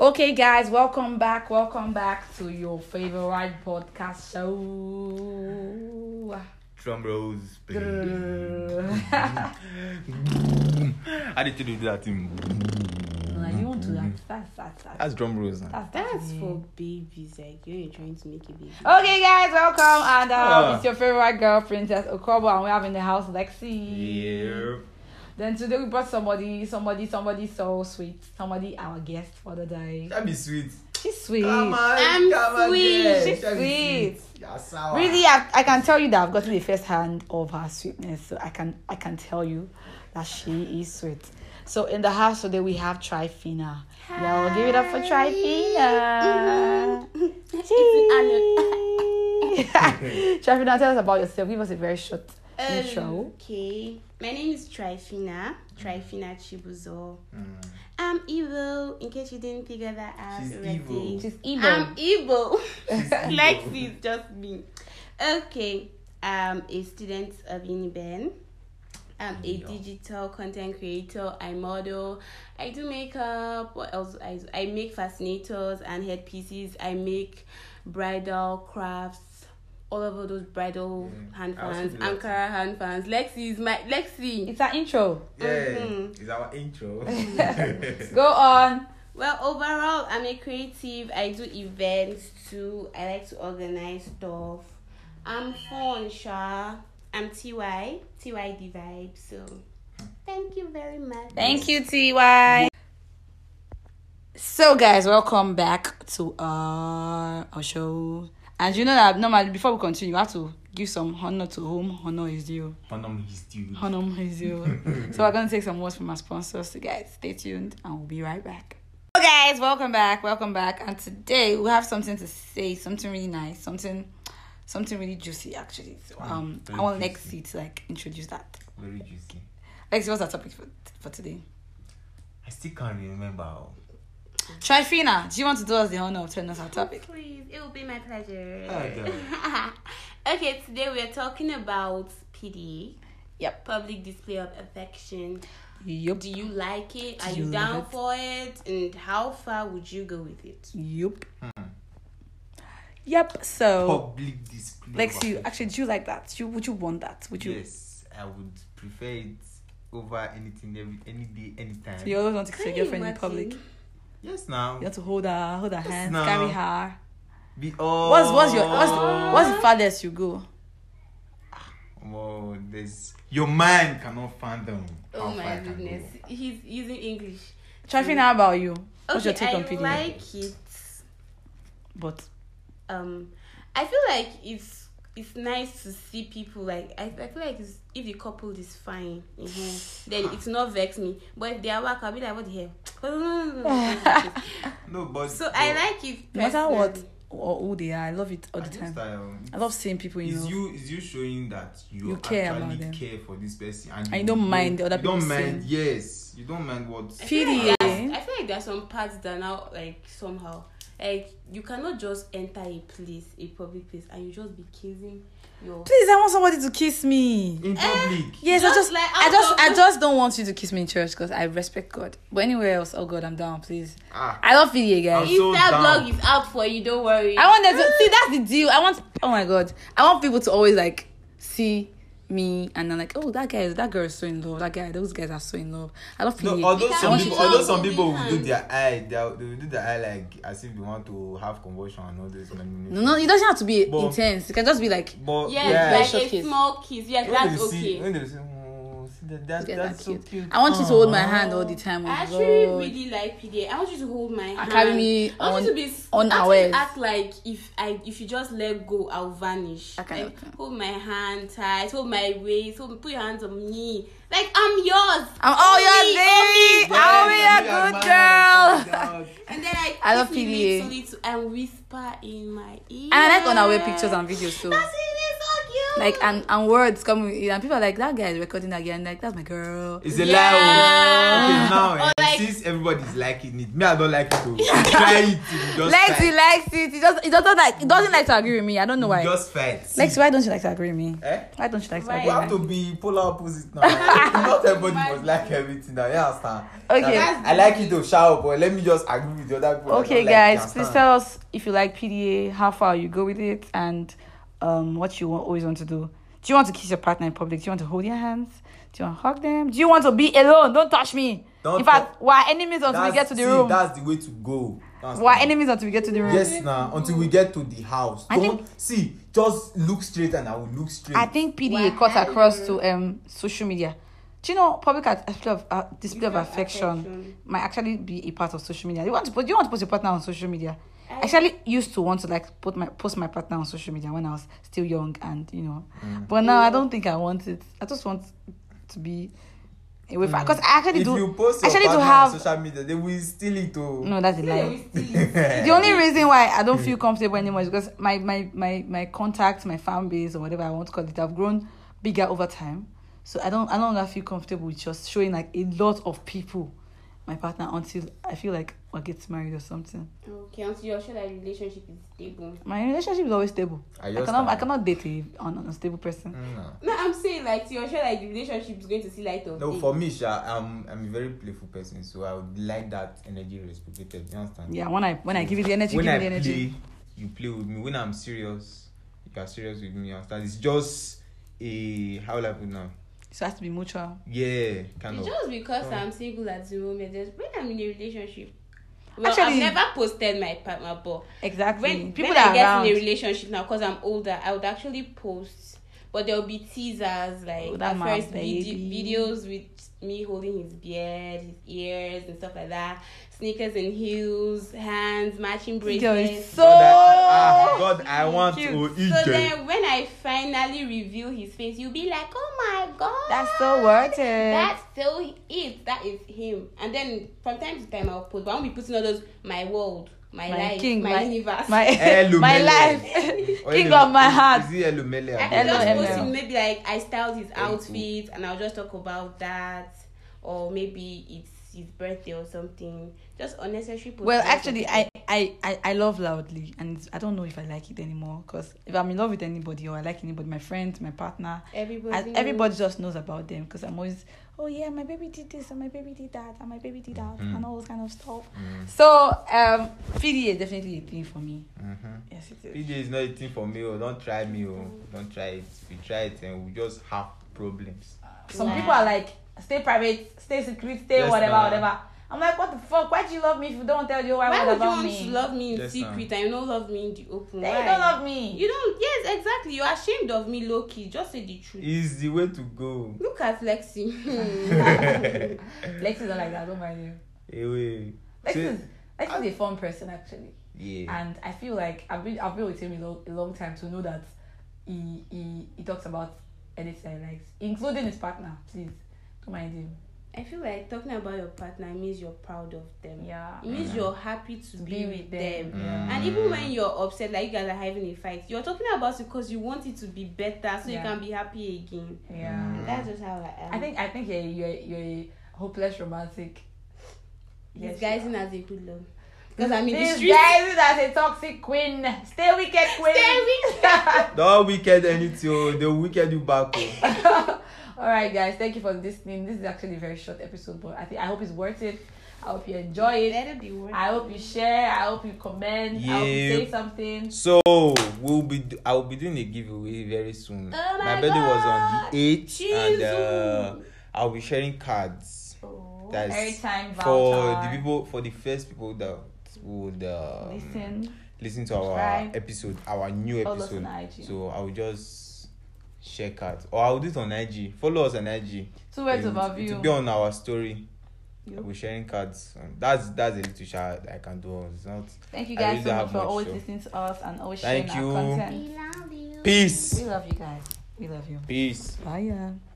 Okay, guys, welcome back. Welcome back to your favorite podcast show. Drum rolls. Grrrr. I need to do that thing. Like, you want to like fast, fast, fast. That's drum rolls. Now. fast, fast. That's for babies, like you are trying to make a baby. Okay, guys, welcome. And um, Ah. it's your favorite girl, Princess Okobo, and we have in the house Lexi. Yeah. Then today we brought somebody, somebody, somebody so sweet. Somebody, our guest for the day. That be sweet. She's sweet. Come on, I'm come on, sweet. yes. She's That be sweet. Yeah, sour. Really, I, I can tell you that I've gotten the first hand of her sweetness. So I can I can tell you that she is sweet. So in the house today we have Trifina. Yeah, we'll give it up for Trifina. It's Cheese. Trifina, tell us about yourself. Give us a very short intro. Um, Okay, my name is Trifina, Trifina Chibuzo. Mm. I'm evil, in case you didn't figure that out She's already. evil. She's evil. I'm evil. She's Lexi evil. is just me. Okay, I'm a student of Uniben. I'm a Yeah. digital content creator. I model. I do makeup. What else? do I do? I make fascinators and headpieces. I make bridal crafts. All over those bridal Yeah. hand Mm. I also fans, do that too. Ankara hand fans. Lexi is my Lexi. it's an intro. Yeah. Mm-hmm. Mhm. It's our intro. Go on. Well, overall, I'm a creative. I do events too. I like to organize stuff. I'm fun, Sha. I'm TY, TY the vibe. So, thank you very much. Thank you, TY. So, guys, welcome back to our, our show. And you know that normally, before we continue, you have to give some honor to whom honor is due. Honor is due. Honor is due. so, we're going to take some words from our sponsors. So, guys, stay tuned and we'll be right back. So, guys, welcome back. Welcome back. And today, we have something to say, something really nice, something. Something really juicy, actually. So, um, Mm, very I want juicy. Lexi to like introduce that. Very juicy. Lexi, what's our topic for, for today? I still can't remember. oh. Trifina, do you want to do us the honor of telling us our topic? Please, it will be my pleasure. Oh, okay, today we are talking about PD. Yep. Public display of affection. Yup. Do you like it? Do Are you you, love down it? for it? And how far would you go with it? Yup. Hmm. Yep. So, Public display. Lexi, actually, do Oh. you like that? You would you want that? Would you? Yes, I would prefer it over anything, every, any day, anytime. So you always want to kiss Can your you girlfriend in imagine? public. Yes, now. You want to hold her, hold her hands, now. carry her. Be all. What's what's your what's the, what's the farthest you go? Whoa, there's your mind cannot fathom. Oh how far my it can goodness. He's using English. Trifina, how about you? What's Okay, your take I on PD? like it. But Um, I feel like it's it's nice to see people like I, I feel like it's, if the couple is fine, mhm, then it's not vex me. But if they are work, I'll be like, what the hell? go. No, but so I like it. no matter what personally. or who they are, I love it all the time. I love seeing people you Is know. you is you showing that you, You care actually about them. care for this person and, And you don't mind the other you don't people mind yes you don't mind what I feel like PD, there's- eh? I feel like there are some parts that are now like somehow like you cannot just enter a place, a public place, and you just be kissing your. Please, I want somebody to kiss me. in public Yes, I Just just, like I just, I alcohol. just don't want you to kiss me in church because I respect God. But anywhere else, oh God, I'm down, please. ah I love video, guys. I'm If so that down. blog is out for you, don't worry. I want them to see. That's the deal. I want. Oh my God, I want people to always like see me and then like, oh, that guy, that girl is so in love. That guy, those guys are so in love. I love no video. although Because I some want you people to- all although those- some people will Because- do their eye they will they will do their eye like as if they want to have convulsion and all this no, no, it doesn't have to be But- intense. It can just be like, but yeah Yes, Yeah. like a Kiss. small kiss. Yes, when they that's see okay. when they see oh see that, that yeah, that's that's so cute. cute I want you to hold my Aww. hand all the time. Oh I my actually God. Ah, really like PDA. I want you to hold my hand. carry me I want you on- to be s- on actually hours. Act like if I if you just let go, I'll vanish. That kind like, of thing. hold my hand tight. Hold my waist. Hold, put your hands on me. Like I'm yours. I'm all your Me, baby. me. I'll be a good girl. girl. And then I, I love kiss you PDA. Little, little, and whisper in my ear. And I like on our way pictures and videos too. That's it. It's so cute. like and and words come with it and people are like that guy is recording again like that's my girl It's a Yeah. lie. oh. Okay, now. Or eh, like- since everybody's liking it, me I don't like it. Though. try it. you Just Lexi fight. likes it. He just he doesn't like he doesn't like to agree with me. I don't know why. Just fight. Lexi, why don't you like to agree with me? Eh? Why don't you like to Why? You agree have with to be polar opposite now. Not everybody must like everything now. You understand? Okay. That's- I like it though, shout out, but let me just agree with the other people. me? that Okay, don't like it, guys, you please understand? tell us if you like PDA, how far you go with it, and um, what you want, always want to do. Do you want to kiss your partner in public? Do you want to hold your hands? Do you want to hug them? Do you want to be alone? Don't touch me. Don't in fact, we're enemies until we That's- get to the see, room. That's the way to go. That's We're the- enemies until we get to the room. Yes, now until we get to the house. I Don't see. Just look straight, and I will look straight. I think PDA Wow. cut across to um social media. Do you know public at- display of, uh, display of Display of affection, affection. might actually be a part of social media? You want to put, you want to post your partner on social media? I- I actually used to want to like put my post my partner on social media when I was still young and you know, Mm. but now I don't think I want it. I just want to be away from because I actually Mm. if do. you post your actually do partner have- on social media, they will steal it. Oh, No, that's a lie. the the only reason why I don't feel comfortable anymore is because my my my my contacts, my fan base, or whatever I want to call it, have grown bigger over time. So I don't I no longer feel comfortable with just showing like a lot of people my partner until I feel like I get married or something. Okay, until you're sure that relationship is stable. My relationship is always stable. I I, just cannot I don't- cannot date a, an unstable person. Mm, No, I'm saying like till you're sure that the relationship is going to see light of no, day. for me, Sha, I'm I'm a very playful person, so I would like that energy reciprocated. You understand? Yeah, when I when I give you the energy, when give I me the energy. play, you play with me. When I'm serious, you are serious with me. You understand? It's just a how will I put now? So it has to be mutual. Yeah, kind of. It's just because I'm single at the moment. There's, when I'm in a relationship, well, Actually- I've never posted my partner, but Exactly. when People when that I are get around. in a relationship now, because I'm older, I would actually post, but there will be teasers like Oh, that at my first vide- baby. videos with me holding his beard, his ears, and stuff like that. Sneakers and heels, hands, matching This girl is bracelets. so God, I, ah, God, I want cute. to eat So it. then, when I finally reveal his face, you'll be like, "Oh my god, That's so worth it. That's so it. That is him." And then from time to time, I'll post. But I won't be putting all those my world, my, my life, king, my, my universe. my, Hello, my Mele. life, Or king hello- of my is- heart. Is he hello mele? I Hello, could just hello. post him. Maybe like I styled his cool. outfit, and I'll just talk about that, or maybe it's his birthday or something. Just unnecessary. posts. Well, actually, I, I, I, I love loudly, and I don't know if I like it anymore. Cause if I'm in love with anybody or I like anybody, my friend, my partner, everybody, I, everybody just knows about them. Cause I'm always, oh yeah, my baby did this and my baby did that and my baby did that Mhm. and all those kind of stuff. Mhm. So um, PDA is definitely a thing for me. Mhm. Yes, it is. PJ is not a thing for me. Oh. Don't try me. Oh. Mm-hmm. Don't try it. If you try it, and we just have problems. Some Wow. people are like, stay private, stay secret, stay Yes, whatever, ma'am. whatever. I'm like, what the fuck? Why do you love me if you don't tell the whole Why world would you about want me? to love me in Yes, ma'am. secret and you don't love me in the open? Then Why? you don't love me. You don't. Yes, exactly. You're ashamed of me, low key. Just say the truth. It's the way to go. Look at Lexi. Lex is not like that, don't mind you. Anyway, Lex So- is Lex is a fun person actually, yeah. and I feel like I've been I've been with him a, lo- a long time to know that he he, he talks about anything he likes, including his partner. Please don't mind him. I feel like talking about your partner means you're proud of them. Yeah, It means you're happy to be, with them. Yeah. And even when you're upset, like you guys are having a fight, you're talking about it because you want it to be better so Yeah. you can be happy again. yeah. That's just how I am. I think I think you're you're, you're a hopeless romantic. Yes, you guys are. in as a hoodlum. Because I'm in the This street. guy is as a toxic queen. Stay wicked queen. Stay wicked. Don't wicked anything. Oh. They will wicked you back. Oh. All right, guys. Thank you for listening. This is actually a very short episode, but I think I hope it's worth it. I hope you enjoy it. Let it be worth I hope you share. I hope you comment. I hope you Yeah. say something. So we'll be. Do- I will be doing a giveaway very soon. Oh my birthday was God. on the eighth, and uh, Jesus. I'll be sharing cards. Oh, Guys, every time voucher. for the people for the first people that would um, Listen. listen to our subscribe, episode our new follow us on episode IG. so i will just share out or i'll do it on ig follow us on ig Two words It- about it you. will be on our story You. we're sharing cards Um, that's that's a little shout i can do it's not Thank you I guys really so don't much have for much, always so. listening to us and always Thank sharing you. our content. love you. peace We love you guys. We love you. peace Bye. Yeah.